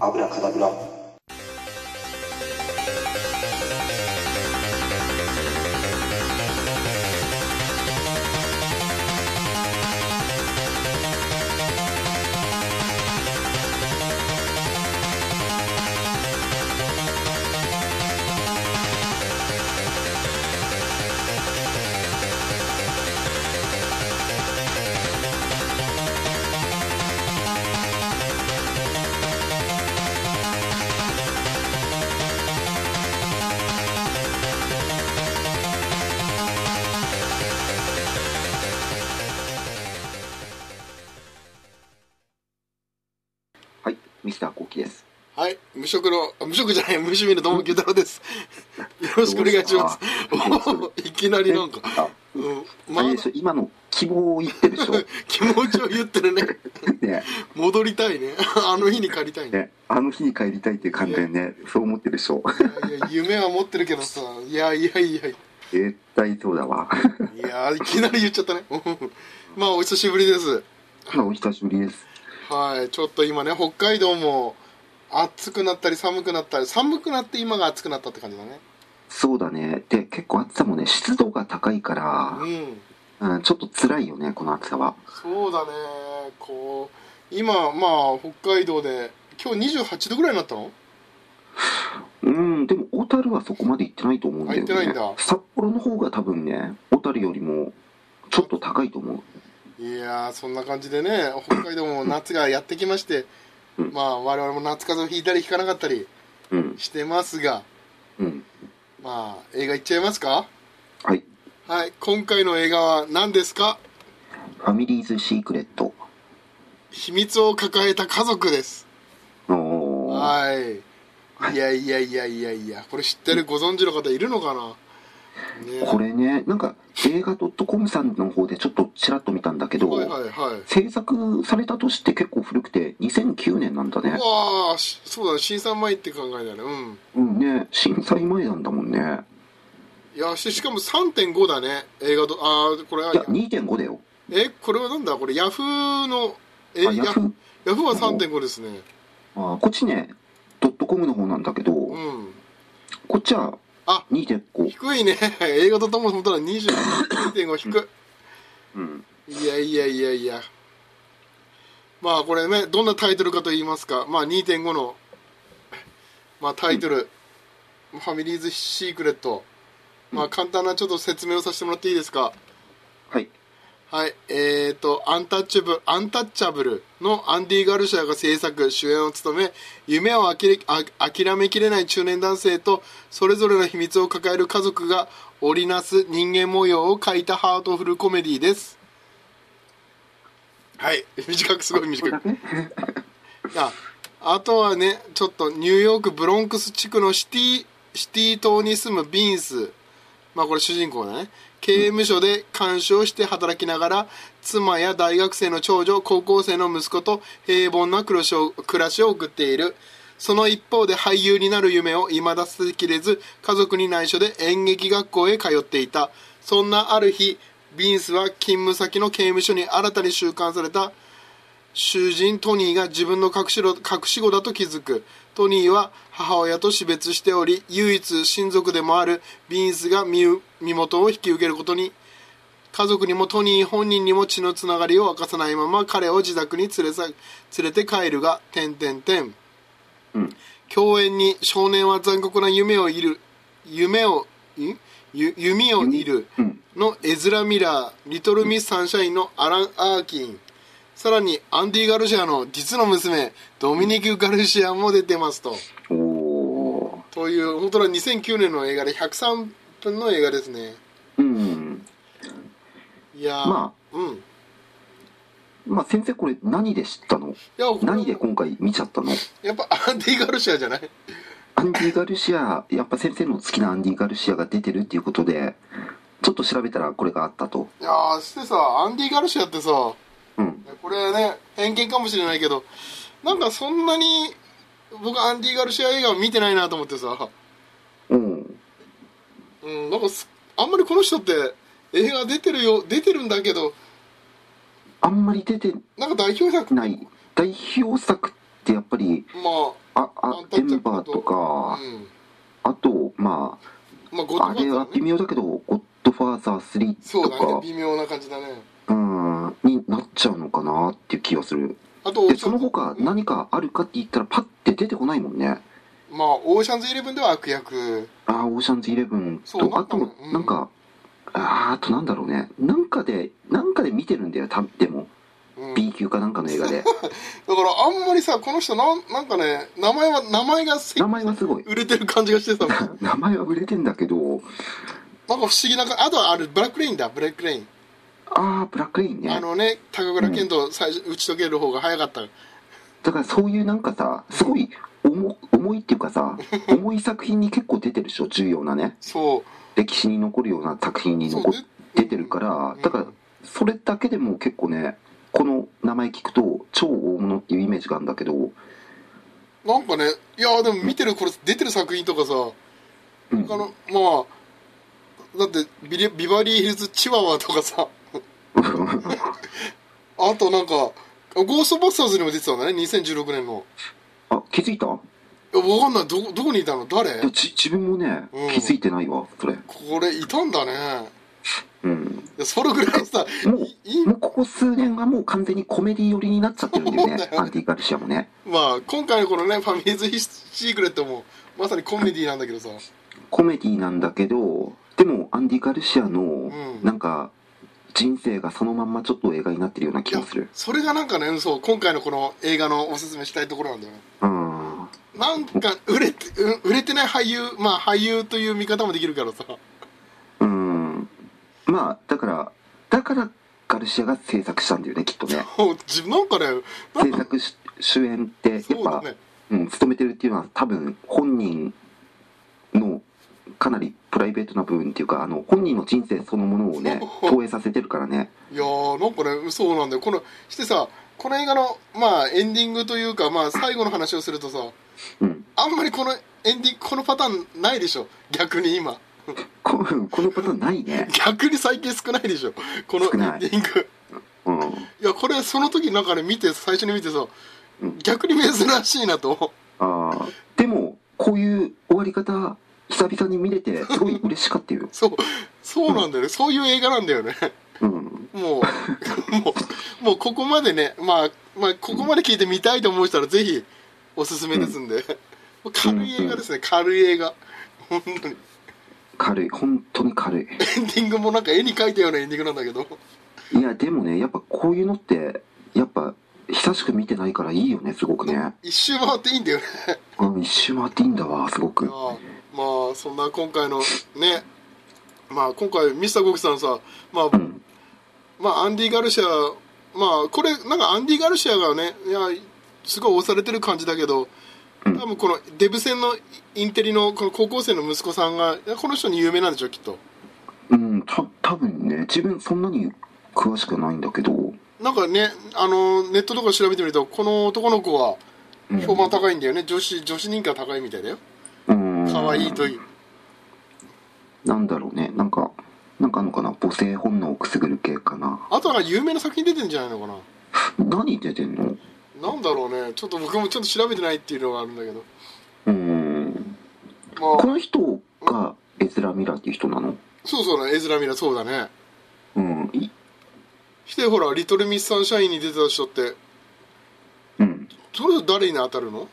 アブラカダブラはいミスターコウキですはい、無職の、あ無職じゃない、無趣味のどうも、九太郎です。よろしくお願いします。おおいきなりなんか、あうん、まああれ、でしょ今の希望を言ってる でしょ気持ちを言ってるね。ね戻りたいね。あの日に借りたいね。ねあの日に帰りたいっていう観点ねそう思ってるでしょいやいや、夢は持ってるけどさ、いやいやいやい絶対そうだわや、いやいきなり言っちゃったね。うんまあ、お久しぶりです。まあお久しぶりですはい、ちょっと今ね、北海道も暑くなったり寒くなったり、寒くなって今が暑くなったって感じだね。そうだねで結構暑さもね湿度が高いかうん。ら、うん、ちょっと辛いよねこの暑さはそうだねこう今まあ北海道で今日28度ぐらいになったのうんでも小樽はそこまで行ってないと思うんだよあ行ってねないんだ札幌の方が多分ね小樽よりもちょっと高いと思ういやーそんな感じでね北海道も夏がやってきましてうんまあ我々も夏風邪をひいたりひかなかったりうんしてますがうんまあ映画いっちゃいますかはいはい今回の映画は何ですかファミリーズシークレット秘密を抱えた家族ですおーはいいやいやいやいやいやこれ知ってるご存知の方いるのかなねこれねなんか映画 .com さんの方でちょっとちらっと見たんだけど、はいはいはい制作された年って結構古くて2009年なんだねうわあしそうだね新さん前って考えだねうんうんね震災前なんだもんねいやししかも3.5だね映画とああこれはいや2.5だよえこれはなんだこれヤフーのえあヤヤフフーヤフーは3.5ですねあーこっちねドットコムの方なんだけど、うんこっちはあ2.5低いね 映画とともにとら22.5低うんいいやいやいやいやまあこれねどんなタイトルかと言いますかまあ2.5のまあタイトル「ファミリーズ・シークレット」まあ簡単なちょっと説明をさせてもらっていいですかはいはい、えーと、アンタッチャブル、アンタッチャブルのアンディ・ガルシアが制作、主演を務め、夢をあきれあ諦めきれない中年男性と、それぞれの秘密を抱える家族が織りなす人間模様を描いたハートフルコメディです。はい、 短く、すごい短く。ああとはね、ちょっとニューヨーク・ブロンクス地区のシティ、シティ島に住むビンス、まあこれ主人公だね刑務所で看守をして働きながら妻や大学生の長女高校生の息子と平凡な暮らしを暮らしを送っているその一方で俳優になる夢を未だ捨てきれず家族に内緒で演劇学校へ通っていたそんなある日ビンスは勤務先の刑務所に新たに収監された囚人トニーが自分の隠しろ隠し子だと気づくトニーは母親と死別しており唯一親族でもあるビンスが身う身元を引き受けることに家族にもトニー本人にも血のつながりを明かさないまま彼を自宅に連れさ連れて帰るが点点点うん共演に少年は残酷な夢をいる夢をんゆ弓をいるうんのエズラ・ミラーリトル・ミス・サンシャインのアラン・アーキンさらにアンディ・ガルシアの実の娘ドミニク・ガルシアも出てますとおおという本当は2009年の映画で103分の映画ですねーうんいやーまうんいまあ先生これ何で知ったのやこれ何で今回見ちゃったのやっぱアンディ・ガルシアじゃないアンディ・ガルシアやっぱ先生の好きなアンディ・ガルシアが出てるっていうことでちょっと調べたらこれがあったといやーしてさアンディ・ガルシアってさうんこれね偏見かもしれないけどなんかそんなに僕アンディ・ガルシア映画を見てないなと思ってさうんうん、なんかすあんまりこの人って映画出てるよ出てるんだけどあんまり出てなんか代表作ない代表作っってやっぱりまあああんたエっちゃンバーとかうんあとままあゴッドああファーザれーはね微妙だけど「ゴッドファーザー3」そうとだねか微妙な感じだねうんになっちゃうのかなっていう気がするあとでその他うん何かあるかって言ったらパッて出てこないもんねまあオーシャンズイレブンでは悪役ああオーシャンズイレブンそうとあとななんんかかあーあとなんだろうねなんかでなんかで見てるんだよたでもうん B 級かなんかの映画でだからあんまりさこの人なんなんかね名前は名前がせ名前はすごい 売れてる感じがしてさなんか名前は売れてんだけど不思議なかあとはあれブラックレインだブラックレイン、ああブラックレインねあのね高倉健と最初打ち解ける方が早かった、だからそういうなんかさすごい重重いっていうかさ 重い作品に結構出てるでしょ重要なねそ歴史に残るような作品うにそう残っ出てるらからうんだからそれだけでも結構ねこの名前聞くと超大物っていうイメージがあるんだけど、なんかねいやでも見てるこれ出てる作品とかさうん他のまあだってビリビバリーヒルズチワワとかさあとなんかゴーストバスターズにも出てたんだね2016年の あ気づいたいいやわかんないどどこにいたの誰やじ自分もねうん気づいてないわそれ、これいたんだねうん、いやそれぐらいさもういいいもうここ数年はもう完全にコメディ寄りになっちゃってるんだよそうねだよねアンディ・ガルシアもねまあ今回のこのね「ファミリーズ・シークレット」もまさにコメディなんだけどさコメディなんだけどでもアンディ・ガルシアのんなんか人生がそのまんまちょっと映画になってるような気がするそれがなんかねそう今回のこの映画のおすすめしたいところなんだよねうんなんか売れてうん売れてない俳優まあ俳優という見方もできるからさ うんまあだからだからガルシアが制作したんだよねきっとねもう自分なんかね制作し主演ってやっそうだぱねうん、勤めてるっていうのは多分本人のかなりプライベートな部分っていうかあの本人の人生そのものをねそう投影させてるからねいやーなんかねそうなんだよこのしてさこの映画のまあエンディングというかまあ最後の話をするとさうんあんまりこのエンディングこのパターンないでしょ逆に今ここのパターンないね逆に最近少ないでしょこの少ないエンディングうんいやこれその時なんかね見て最初に見てさうん逆に珍しいなとあーでもこういう終わり方久々に見れてすごい嬉しかったよそうそうなんだよね、そういう映画なんだよねうんもう もうもうここまでねまあまあここまで聞いてみたいと思う人はぜひおすすめですんで、軽い映画ですね軽い映画本当に軽い本当に軽いエンディングもなんか絵に描いたようなエンディングなんだけどいやでもねやっぱこういうのってやっぱ久しく見てないからいいよねすごくね、一周回っていいんだよねうん、一周回っていいんだわすごくああまあそんな今回のねまあ今回ミスターゴキさんさまあうんまあアンディ・ガルシアまあこれなんかアンディ・ガルシアがねいやすごい押されてる感じだけどうん多分このデブ戦のインテリのこの高校生の息子さんがいやこの人に有名なんでしょきっとうん、た多分ね自分そんなに詳しくないんだけど、なんかねあのネットとか調べてみるとこの男の子はうん、評判高いんだよね女子女子人気が高いみたいだようん可愛いというなんだろうねなんかなんかあんのかな母性本能をくすぐる系かなあとなんか有名な作品出てんじゃないのか何出てんのななんだろうねちょっと僕もちょっと調べてないっていうのがあるんだけどうんまこあの人がエズラ・ミラーっていう人なのそうそうねエズラ・ミラそうだねうんいしてほら「リトル・ミス・サンシャイン」に出てた人ってうんそれぞれ誰に当たるの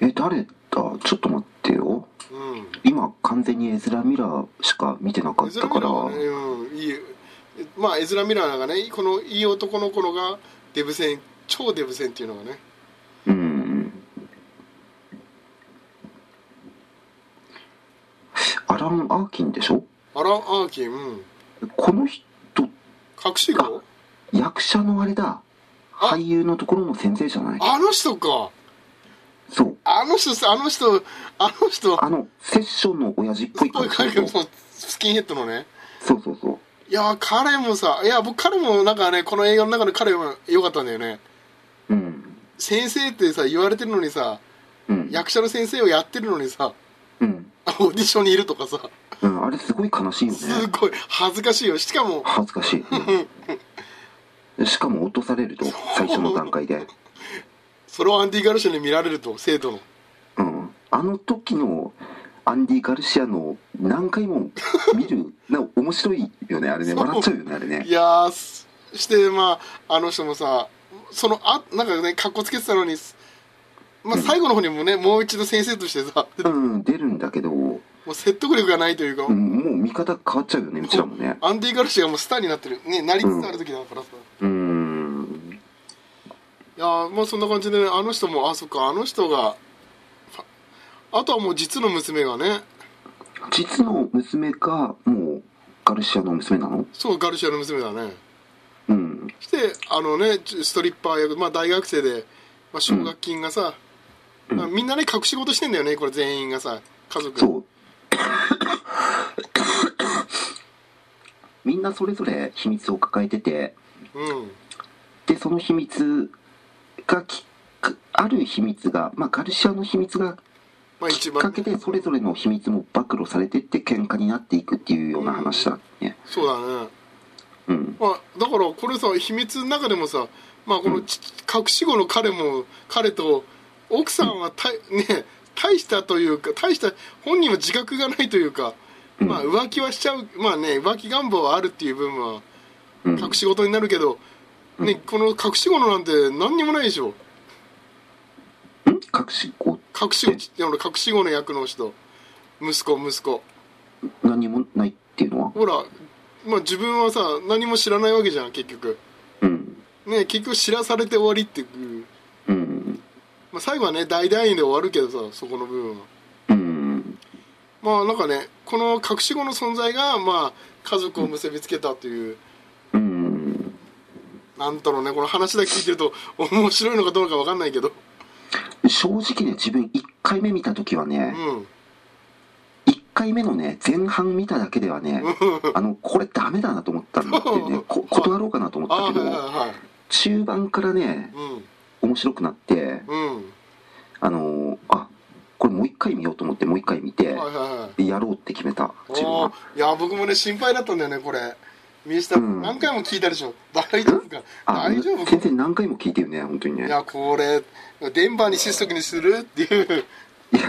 え誰だちょっと待ってようん今完全にエズラ・ミラーしか見てなかエっズラ・たミかラらーがねうんいいまあエズラ・ミラーがねこのいい男の子のがデブ戦超デブ戦っていうのがねうんアラン・アーキンでしょアラン・アーキンうんこの人隠し子役者のあれだあ俳優のところの先生じゃないあの人かそうあの人さあの人あの人あのセッションの親父っぽいこうい感うじ感のじ人のスキンヘッドのねそうそうそういやー彼もさいや僕彼もなんかねこの映画の中の彼も良かったんだよねうん先生ってさ言われてるのにさうん役者の先生をやってるのにさうん、あのオーディションにいるとかさうん、あれすごい悲しいよねすごい恥ずかしいよしかも恥ずかしい、うんしかも落とされると最初の段階でそれをアンディ・ガルシアに見られると生徒のうん、あの時のアンディ・ガルシアの何回も見 るな面白いよねあれねそう笑っちゃうよねあれねいやーすしてまああの人もさそのあなんかねかっこつけてたのに、まあ、うん最後の方にもねもう一度先生としてさうん出るんだけど、うん、もう説得力がないというか、もう見方変わっちゃうよねうちらもねアンディ・ガルシアがもうスターになってるねなりつつある時だからさ、うんいやーまあそんな感じでねあの人もあそっかあの人がファあとはもう実の娘がね実の娘がもうガルシアの娘なのそうガルシアの娘だねうんそしてあのねストリッパー役、まあ、大学生で、まあ、奨学金がさ、うんまあみんなね隠し事してんだよねこれ全員がさ家族そう みんなそれぞれ秘密を抱えててうんでその秘密がきある秘密が、まあ、ガルシアの秘密がまあき一っ番かけでそれぞれの秘密も暴露されてって喧嘩になっていくっていうような話だねそうだね、うんまあ、だからこれさ秘密の中でもさ、まあ、このち、隠し子の彼も彼と奥さんはたい、ね大したというか大した本人は自覚がないというか、うんまあ、浮気はしちゃうまあね浮気願望はあるっていう部分はうん隠し事になるけど、ね、この隠し子のなんて何にもないでしょん隠し子隠し子ちあの隠し子の役の人息子息子何もないっていうのはほら、まあ、自分はさ何も知らないわけじゃん結局うんね結局知らされて終わりっていう、うんまあ、最後はね大団員で終わるけどさそこの部分はうんまあなんかねこの隠し子の存在がまあ家族を結びつけたという、うんなんだろうねこの話だけ聞いてると面白いのかどうかわかんないけど正直ね自分1回目見た時はうねん1回目のね前半見ただけではねあのこれダメだなと思ったんだっていう ねこ断ろうかなと思あっはいたけはいどはい中盤からねう面白くなってんうんあのーあこれもう一回見ようと思ってもう一回見て、はいはいはいでやろうって決めた自分おはーいや僕もね心配だったんだよねこれ見下、うん何回も聞いたでしょ大丈夫かあ大丈夫先か生何回も聞いてるね本当にねいいややこれ電波にシストにするって いういや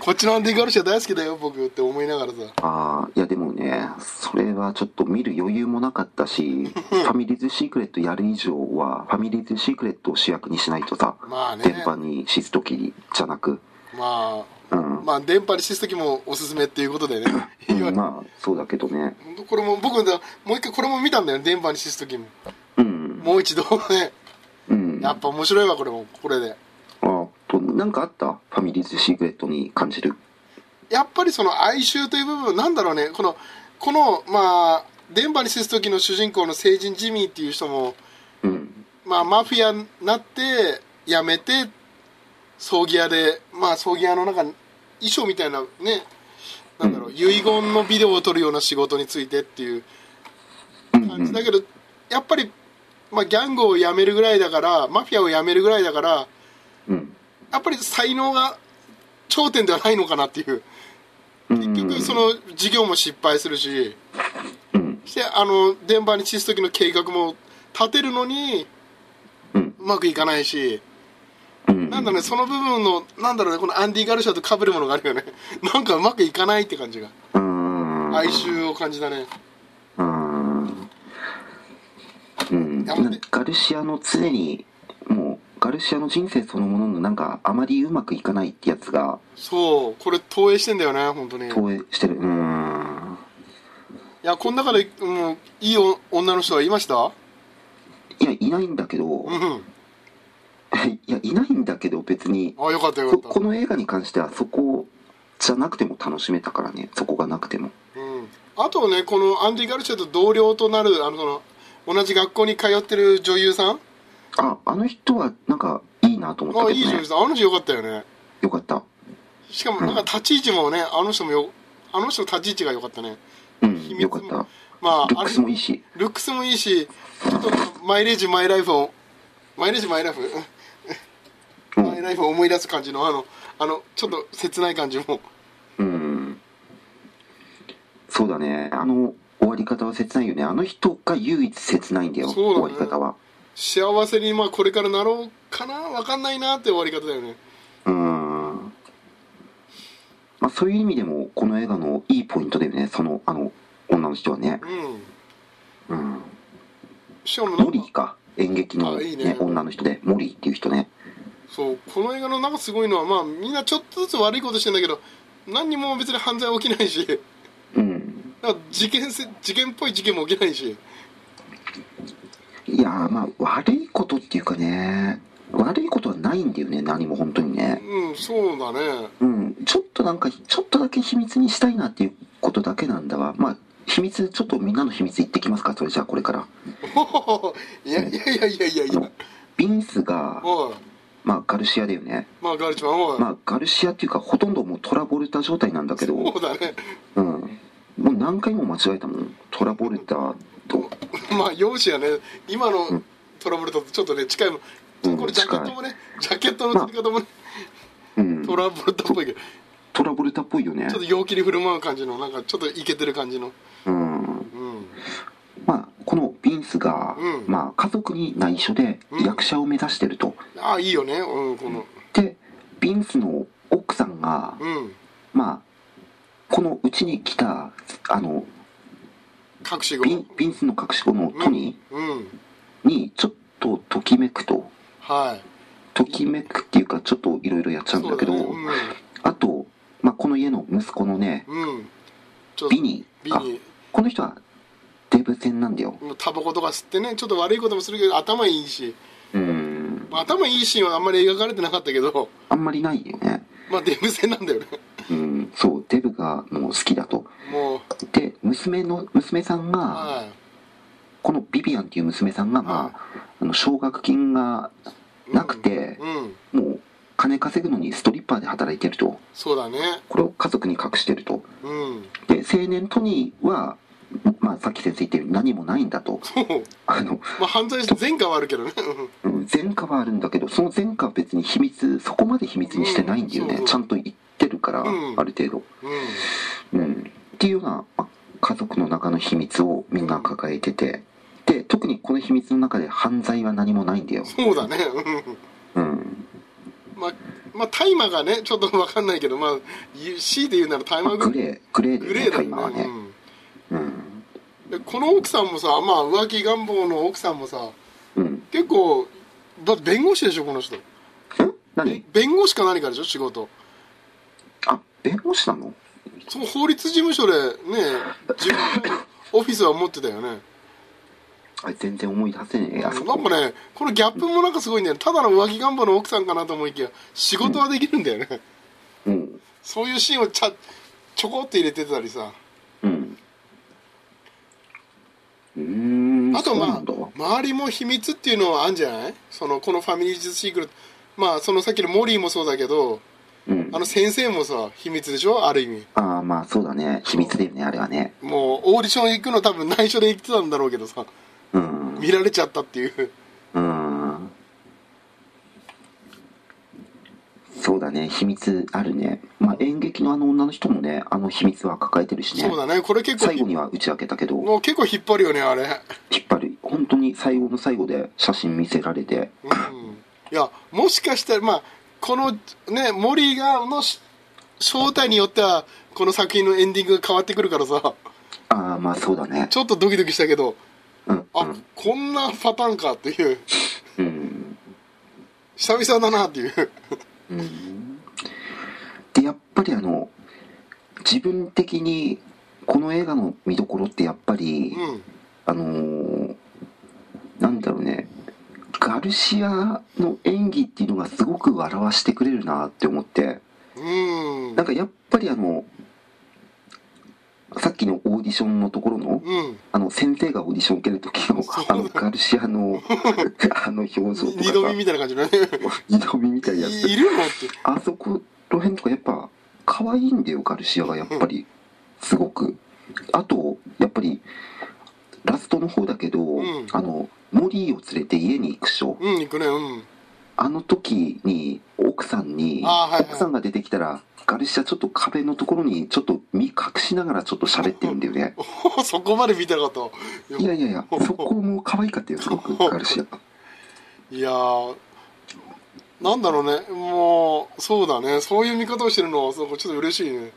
こっちのアンディ・ガルシア大好きだよ僕って思いながらさあーいやでもねそれはちょっと見る余裕もなかった しファミリーズシークレットやる以上はファミリーズシークレットを主役にしないとさ、まあね電波にシストキじゃなくまうんあ、まあ電波にシストもおすすめっていうことでねういやん、まあそうだけどねほんとこれも僕ねもう一回これも見たんだよね電波にシストもうんもう一度ねうんやっぱ面白いわこれもこれであとなんかあったファミリーズシークレットに感じるやっぱりその哀愁という部分なんだろうねこのこのまあ電波に接す時の主人公の成人ジミーっていう人も、うんまあ、マフィアになって辞めて葬儀屋でまあ葬儀屋の中に衣装みたいなねなんだろう遺言のビデオを撮るような仕事についてっていううんう感じんだけどやっぱり、まあ、ギャングを辞めるぐらいだからマフィアを辞めるぐらいだからうんやっぱり才能が頂点ではないのかなっていう結結局その事業も失敗するし、うんしてあの電波に散す時の計画も立てるのにうんうまくいかないし、うんなんだろうねその部分のなんだろうねこのアンディ・ガルシアと被るものがあるよね なんかうまくいかないって感じがうーん哀愁を感じだねうーんうんやめてなんかガルシアの常にもうガルシアの人生そのもののなんかあまりうまくいかないってやつがそうこれ投影してんだよね本当にい投影してるうーんやこの中でもういいお女の人はいましたいやい ないんだけどうんいやいないんだけど別にあよかったよこかったこの映画に関してはそこじゃなくても楽しめたからねそこがなくてもうん、あとねこのアンディ・ガルシアと同僚となるあのその同じ学校に通ってる女優さんああの人はなんかいいなと思ったあけいいど女ね優さんあの人よかったよねよかったしかもなんか立ち位置もねあの人もよあの人の立ち位置が良かったねうん秘密よかったまあルックスもいいししルックスもいいしちょっとマイレージマイライフをマイレージマイライフうマイんライフを思い出す感じのあのあのちょっと切ない感じもうんそうだねあの終わり方は切ないよねあの人が唯一切ないんだよそうだね終わり方は幸せにまあこれからなろうかな分かんないなって終わり方だよねうーんまあ、そういう意味でもこの映画のいいポイントだよねそのあの女の人はね、うんうん、しかもなんモかリーか演劇の、あねいいね女の人でモリーっていう人ねそうこの映画のなんかすごいのはまあみんなちょっとずつ悪いことしてんだけど何にも別に犯罪起きないしうんなんか事件せ事件っぽい事件も起きないしいやーまあ悪いことっていうかね悪いことはないんだよね何も本当にねうんそうだね うんちょっとなんかちょっとだけ秘密にしたいなっていうことだけなんだわまあ秘密ちょっとみんなの秘密言ってきますかそれじゃあこれからおほほほいやいやいやいやいやいやビンスがおいまあガルシアだよねまあガールちゃんおい、まあガルシアっていうかほとんどもうトラボルタ状態なんだけどそうだね うんもう何回も間違えたもんトラボルタとまあ容姿がね今うのんトラブルとちょっとね近いもんうんこれジャケットもねジャケットの取り方もねうんトラブルとっぽいけどトラボルタっぽいよねちょっと陽気に振る舞う感じのなんかちょっとイケてる感じのうんうんまあこのビンスが、うんまあ家族に内緒でうん役者を目指してると、ああいいよねうんこのでビンスの奥さんが、うんまあこのうちに来たあの隠しビ子ンビンスの隠し子のトニうんーにちょっとときめくとはいときめくっていうかちょっといろいろやっちゃうんだけどそうだねあと、まあ、この家の息子のねうんうんちょっとビニービがニこの人はデブ戦なんだよもうタバコとか吸ってねちょっと悪いこともするけど頭いいし、うんまあ、頭いいシーンはあんまり描かれてなかったけど あんまりないよねまあデブ戦なんだよねうんそうデブがもう好きだともうで娘の娘さんがはこのビビアンっていう娘さんがまああの奨学金がいなくてうん、うもんう金稼ぐのにストリッパーで働いてるとそうだねこれを家族に隠してるとうんで青年トニーは、まあ、さっき先生言ったように何もないんだとそうあの、まあ犯罪前科はあるけどね うん前科はあるんだけどその前科は別に秘密そこまで秘密にしてないんだよね、うんそうちゃんと言ってるから、うんある程度、うんうん、っていうような、まあ家族の中の秘密をみんな抱えててで特にこの秘密の中で犯罪は何もないんだよ、そうだねうんうんまあまあ大麻がねちょっと分かんないけどまあ C で言うなら大まあ麻ググレレーグレーーグでレータだイマーよはね、ね、うんうんでこの奥さんもさまあ浮気願望の奥さんもさうん、結構だって弁護士でしょこの人え何弁護士か何かでしょ仕事あ弁護士なのその法律事務所でね自分のオフィスは持ってたよねあ全然思い出せねえなあそんこかねこのギャップもなんかすごいんだよねただの浮気願望の奥さんかなと思いきや仕事はできるんだよね、うんそういうシーンをちゃちょこっと入れてたりさうんうーんあとそうなまんだあ周りも秘密っていうのはあるんじゃないそのこの「ファミリーズ・シークレット」まあそのさっきのモリーもそうだけどうんあの先生もさ秘密でしょある意味ああまあそうだね秘密だよねあれはねもうオーディション行くの多分内緒で行ってたんだろうけどさうんう見られちゃったっていうーんそうだね秘密あるねまあ演劇のあの女の人もねあの秘密は抱えてるしねそうだねこれ結構最後には打ち明けたけどもう結構引っ張るよねあれ引っ張る本当に最後の最後で写真見せられてうんいやもしかしたらまあこのね森がのし正体によってはこの作品のエンディングが変わってくるからさああまあそうだねちょっとドキドキしたけどうんあ、こんなパターンかっていううん久々だなっていううんでやっぱりあの自分的にこの映画の見どころってやっぱり、うんあのーなんだろうねガルシアの演技っていうのがすごく笑わしてくれるなって思ってうんなんかやっぱりあのさっきのオーディションのところのうんあの先生がオーディション受ける時のそうだあのガルシアのあの表情とか二さ度見みたいな感じだね二度見みたいなやついいるのってあそこら辺とかやっぱ可愛いんだよガルシアがやっぱりすごくあとやっぱりラストの方だけど、んあのモリーを連れて家に行くショーうん行くねうんあの時に奥さんに、あーはいはい奥さんが出てきたらガルシアちょっと壁のところにちょっと身隠しながらちょっと喋ってるんだよ ねおそこまで見たかといやいやいやそこも可愛かったよすごくガルシアいやーなんだろうねもうそうだねそういう見方をしてるのはそうちょっと嬉しいね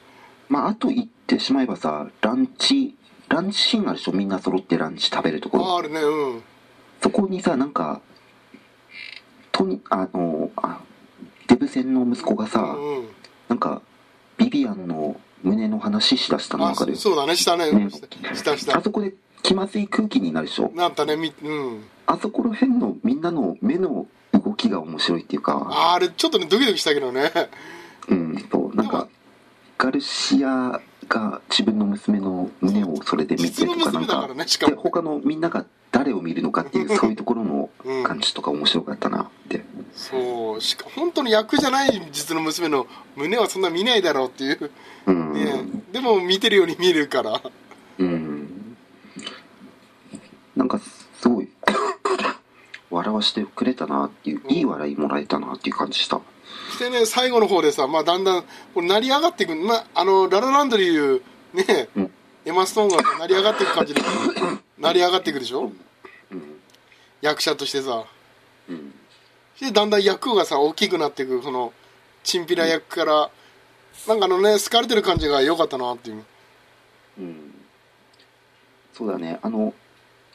まああと言ってしまえばさランチランチシーンあるでしょみんな揃ってランチ食べるとこああるねうんそこにさなんかとにあのあデブ戦の息子がさ、うんうんなんかビビアンの胸の話しだしたのあ中でそうだねしたねねしたしたしたあそこで気まずい空気になるでしょなったねみうんあそこら辺のみんなの目の動きが面白いっていうかああれちょっとねドキドキしたけどねうんそうなんでかもガルシアが自分の娘の胸をそれで見て実のとかな娘んだかからねしかでも他のみんなが誰を見るのかっていうそういうところのうん感じとか面白かったなってそうしか本当に役じゃない実の娘の胸はそんな見ないだろうっていう、うん、ね、でも見てるように見るからうんなんかすごい笑わしてくれたなっていう、うんいい笑いもらえたなっていう感じしたしてね最後の方でさ、まあ、だんだんこう成り上がっていく、まあ、あのララランドでいうね、うんエマ・ストーンが成り上がっていく感 じで成り上がっていくでしょうん役者としてさうんでだんだん役がさ大きくなっていくそのチンピラ役からなんかあのね好かれてる感じが良かったなっていううんそうだねあの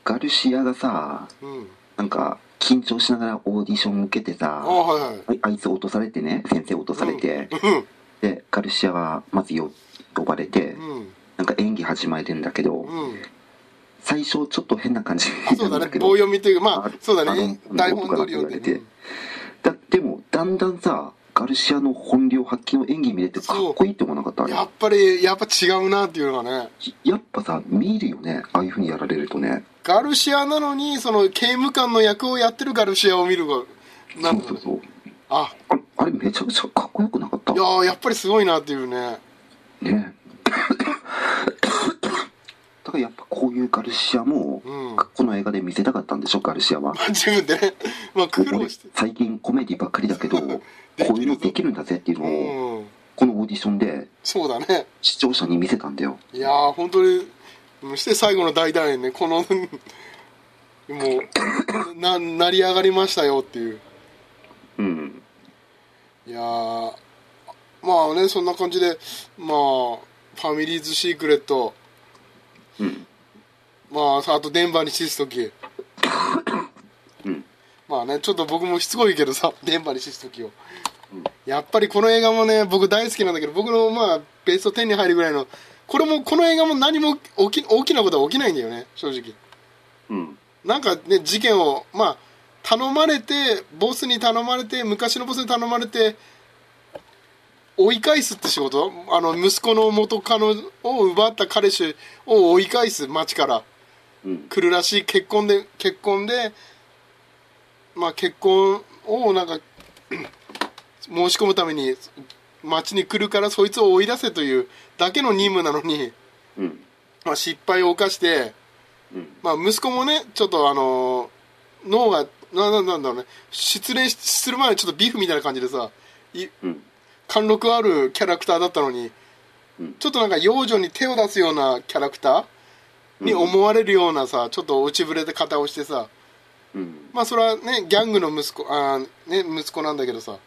ガルシアがさうんなんか緊張しながらオーディション受けてあさあはいはいあいあいつ落とされてね先生落とされて、うんでガルシアはまずよ呼ばれて、うんなんか演技始まるんだけど、うん最初ちょっと変な感じあそうなだん ねだけど棒読みというかまああそうだあねの台本通り男から読んで言われてだでもだんだんさガルシアの本領発揮の演技見れてかっこいいって思わなかったうんやっぱりやっぱ違うなっていうのがねやっぱさ見るよねああいうふうにやられるとねガルシアなのにその刑務官の役をやってるガルシアを見るがなそんうだそうねそうあああれめちゃくちゃかっこよくなかったいやーやっぱりすごいなっていうねね だからやっぱこういうガルシアもうんこの映画で見せたかったんでしょガルシアは自分でねまあ苦労俺して最近コメディばっかりだけどこぞういうのできるんだぜっていううのをんこのオーディションでそうだね視聴者に見せたんだよいやー本当にそして最後の大団円ねこのもうな成り上がりましたよっていううんいやーまあねそんな感じでまあファミリーズシークレットうんまああとデンバーに死す時うんまあねちょっと僕もしつこいけどさデンバーに死す時を、うんやっぱりこの映画もね僕大好きなんだけど僕のまあベスト10に入るぐらいのこれもこの映画も何も起き大きなことは起きないんだよね正直うんなんかね事件をまあ頼まれてボスに頼まれて昔のボスに頼まれて追い返すって仕事あの息子の元カノを奪った彼氏を追い返す町からうん来るらしい結婚で結婚でまあ結婚をなんか 申し込むために町に来るからそいつを追い出せというだけの任務なのに、うんまあ、失敗を犯してうんまあ、息子もねちょっとあのー脳がなななんだろうね失恋しする前にちょっとビーフみたいな感じでさいうん貫禄あるキャラクターだったのに、うんちょっとなんか幼女に手を出すようなキャラクターに思われるようなさ、ちょっと落ちぶれた方をしてさうんまあそれはねギャングの息子あー、ね、息子なんだけどさ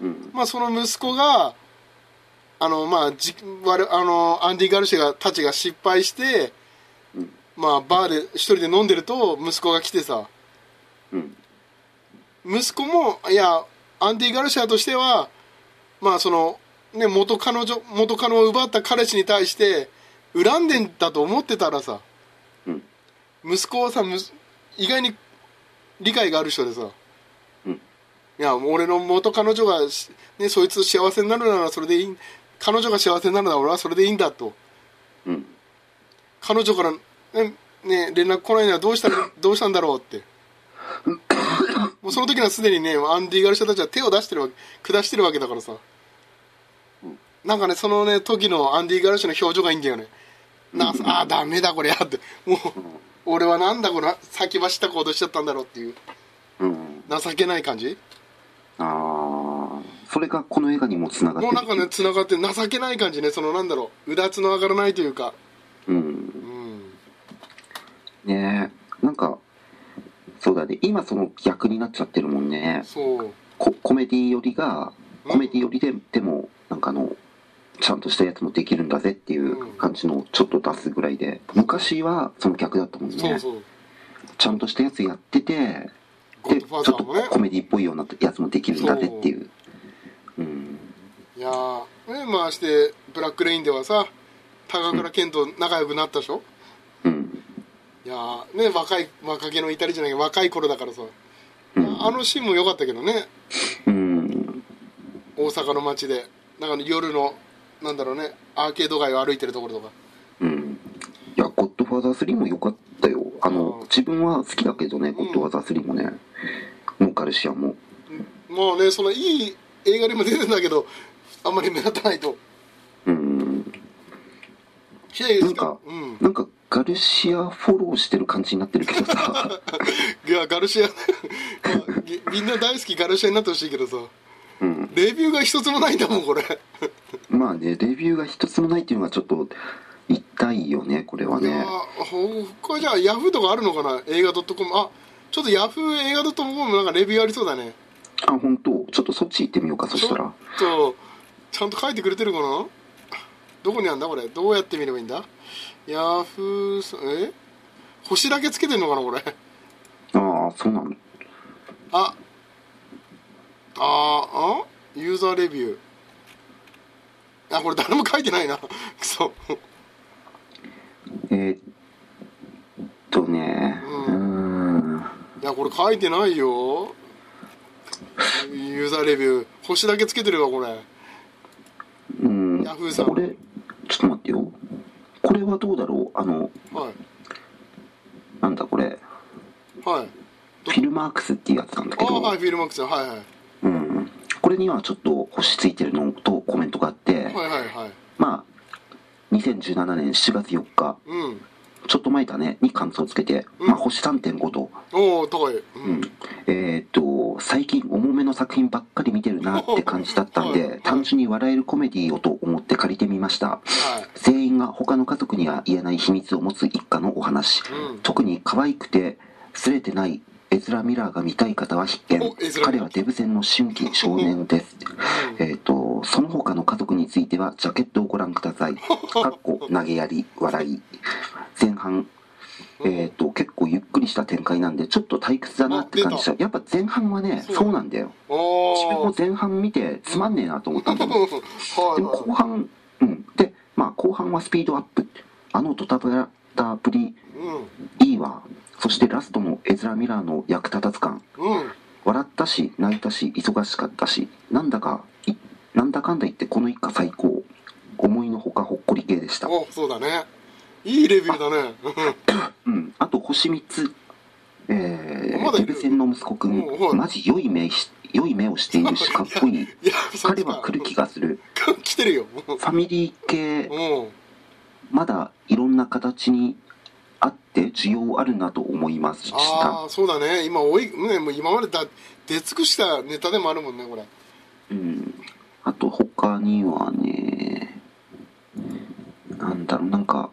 うんまあその息子があのまあじ我々あのアンディ・ガルシアがたちが失敗して、うんまあバーで一人で飲んでると息子が来てさ、うん息子もいやアンディ・ガルシアとしてはまあそのね元彼女元カノを奪った彼氏に対して恨んでんだと思ってたらさうん息子はさむす意外に理解がある人でさ、うんいやもう俺の元彼女がし、ね、そいつ幸せになるならそれでいい彼女が幸せになるなら俺はそれでいいんだとうん彼女から、ねね、連絡来ないならどうしたらどうしたんだろうってもうその時にはすでにねアンディ・ガルシアたちは手を出してるわけ下してるわけだからさうんなんかねそのね時のアンディ・ガルシアの表情がいいんだよねなああダメだこりゃってもう俺はなんだこの先走った行動しちゃったんだろうっていううん情けない感じああそれがこの映画にもつながっもうてなんかねつながって情けない感じねそのなんだろううだつの上がらないというかうんうんねえなんかそうだね今その逆になっちゃってるもんねそうココメディ寄りがうんコメディ寄りででもなんかあのちゃんとしたやつもできるんだぜっていう感じのをちょっと出すぐらいで昔はその逆だったもんねそうそうちゃんとしたやつやっててゴでッちドフょっァーザとーもねコメディっぽいようなやつもできるんだぜっていううんいやーねまあしてブラックレインではさ高倉健と仲良くなったでしょ、うんいやーね若い若気の至りじゃないけど若い頃だからさ、うんあのシーンも良かったけどねうん大阪の街でなんかね夜のなんだろうねアーケード街を歩いてるところとかうんいや「ゴッドファーザー3」も良かったよあのうん自分は好きだけどね「んゴッドファーザー3」もねもうガルシアももうねそのいい映画にも出てんだけどあんまり目立たないとうんいやいやなんかうんなんかガルシアフォローしてる感じになってるけど さ、いやガルシア、ま あぎみんな大好きガルシアになってほしいけどさうん、レビューが一つもないんだもんこれまあねレビューが一つもないっていうのがちょっと痛いよねこれはねあほこれじゃあヤフーとかあるのかな映画 .com あちょっとヤフー映画 .com もなんかレビューありそうだねあ本当ちょっとそっち行ってみようかそしたらちょっとちゃんと書いてくれてるかなどこにあんだこれどうやって見ればいいんだヤフーさえ星だけつけてんのかなこれああそうなのああーあユーザーレビューあこれ誰も書いてないなくそえーっとねううーんいやこれ書いてないよユーザーレビュー星だけつけてるわこれうんヤフーさんこれちょっと待ってよこれはどうだろうあのはいなんだこれはいフィルマークスっていうやつなんだあけあどはいフィルマークスはいはいはうんこれにはちょっと星ついてるのとコメントがあって、いはいはいまあ、2017年7月4日、うんちょっと前だね、に感想をつけて、うんまあ、星3.5と、おお高いうん、うんえーっと、最近重めの作品ばっかり見てるなって感じだったんはいはいで、単純に笑えるコメディをと思って借りてみました。はい全員が他の家族には言えない秘密を持つ一家のお話。うん特に可愛くて、すれてない、エズラ・ミラーが見たい方は必見おエズ。ラ彼はデブ戦の春季少年です。えー、とその他の家族についてはジャケットをご覧くだ さい。かっこ投げやり笑い前半、うんえー、と結構ゆっくりした展開なんでちょっと退屈だなって感じしたやっぱ前半はねそうそうなんだよお自分おも前半見てつまんねえなと思ったんだけどはいでも後半うんでまあ後半はスピードアップあのドタバタぶりうんいいわそしてラストのエズラ・ミラーの役立たず感うん笑ったし泣いたし忙しかったしなんだかいなんだかんだ言ってこの一家最高思いのほかほっこり系でした、おそうだねいいレビューだね うん、あと星3つえまー、だいデるブ戦の息子くんおうはいマジ良い目し良い目をしている しかっこいいいやそっ彼ちはか来る気がする 来て るようファミリー系んまだいろんな形にあって需要あるなと思いましたああそうだね今多いねもう今までだ出尽くしたネタでもあるもんねこれうんあと他にはね、なんだろう、なんか、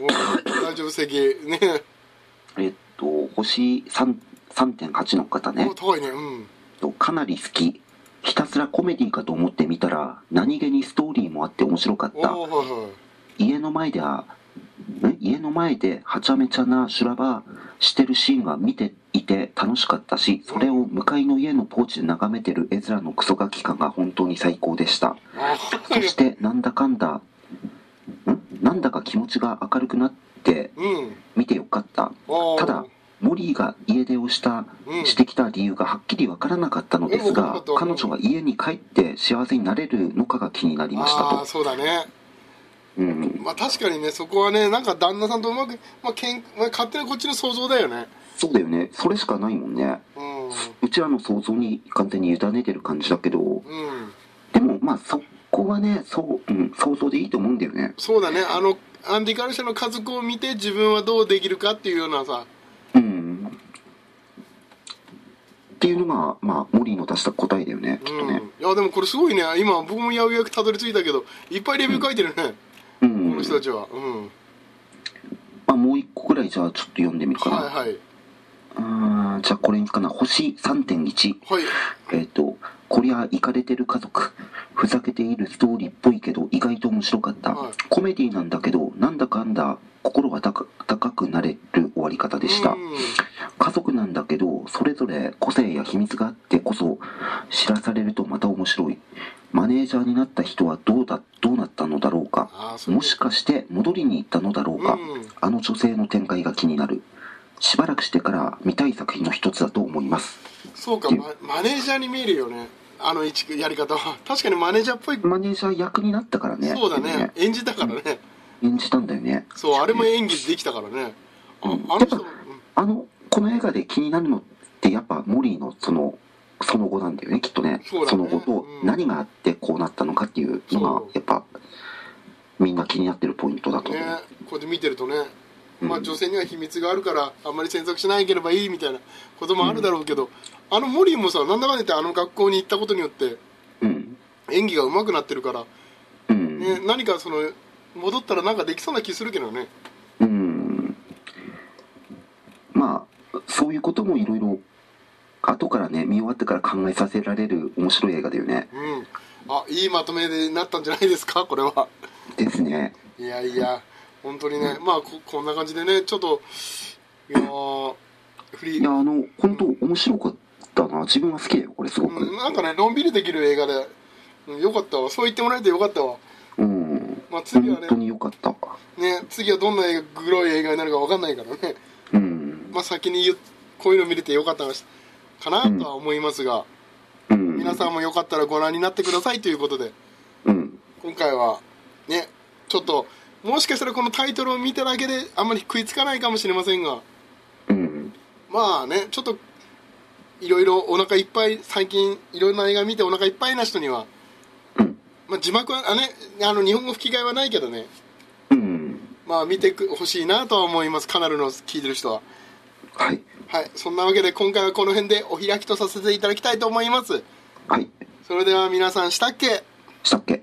お大丈夫席ねえっと、星3 3.8の方ねお、高いねうんとかなり好き。ひたすらコメディかと思ってみたら、何気にストーリーもあって面白かっおた。おはいはい家の前では、ん家の前ではちゃめちゃな修羅場してるシーンが見ていて楽しかったし、それを向かいの家のポーチで眺めてる絵面のクソガキ感が本当に最高でした。あそ してなんだかんだんなんだか気持ちが明るくなってうん見てよかったああただモリーが家出をしたうんしてきた理由がはっきりわからなかったのですうんわがかった彼女が家に帰って幸せになれるのかが気になりましたああと、そうだねうん、まあ確かにねそこはねなんか旦那さんとうまく、まあ、けんまあ勝手なこっちの想像だよねそうだよねそれしかないもんねうんうちらの想像に完全に委ねてる感じだけどうんでもまあそこはねそう、うん、想像でいいと思うんだよねそうだねあのアンディ・ガルシャの家族を見て自分はどうできるかっていうようなさうんっていうのが、まあ、モリーの出した答えだよね、きっとうんね。いやでもこれすごいね今僕もやうやくたどり着いたけどいっぱいレビュー書いてるね、うこんの人たちはうんあ、もう一個ぐらいじゃあちょっと読んでみるかな。はいはい。うーんじゃあこれにかな。星3.1。はい。えっ、と、こりゃ、イカれてる家族。ふざけているストーリーっぽいけど、意外と面白かった。はいコメディなんだけど、なんだかんだ、心が高高くなれる終わり方でした。うん家族なんだけど、それぞれ個性や秘密があってこそ、知らされるとまた面白い。マネージャーになった人はどうだ、どうなったのだろうか。ああ、そう。もしかして戻りに行ったのだろうか。うん。あの女性の展開が気になる。しばらくしてから見たい作品の一つだと思います。そうか、まマネージャーに見えるよね。あの一やり方は。確かにマネージャーっぽい。マネージャー役になったからね。そうだでもね。演じたからね。演じたんだよね。そう、あれも演技できたからね。あうあんの人も、あの、この映画で気になるのってやっぱモリーのその、その後なんだよね、きっとね。そうだねの後とうん何があってこうなったのかっていうのがそう、やっぱ、みんな気になってるポイントだうとん、思う。ね、こうやって見てるとね、うんまあ女性には秘密があるから、あんまり詮索しなければいいみたいなこともあるだろうけど、あのモリーもさ、なんだかんだ言ってあの学校に行ったことによって、うん。演技が上手くなってるから、うん。ね、何かその、戻ったらなんかできそうな気するけどね。うん。まあ、そういうこともいろいろ、後からね、見終わってから考えさせられる面白い映画だよね。うん。あ、いいまとめになったんじゃないですか、これは。ですね。いやいや、本当にね、まあこ、こんな感じでね、ちょっと、いやーフリいや、ー、あの、本当面白かったな。自分は好きだよ、これすごく。うん、なんかね、のんびりできる映画で、うん、よかったわ、そう言ってもらえてよかったわ。うん。まあ、次は本ね当に良かった。ね、次はどんな映画、グロい映画になるかわかんないからね、うん。まあ、先に言うこういうの見れてよかったなかなうんとは思いますが、うん。皆さんもよかったらご覧になってくださいということで、うん。今回は、ね、ちょっと、もしかしたらこのタイトルを見ただけで、あんまり食いつかないかもしれませんが、うん。まあねちょっといろいろお腹いっぱい最近いろんな映画見てお腹いっぱいな人には、うんまあ、字幕はあねあの日本語吹き替えはないけどねうん。まあ見てほしいなとは思いますカナルの聞いてる人ははい。はいそんなわけで今回はこの辺でお開きとさせていただきたいと思いますはい。それでは皆さんしたっけしたっけ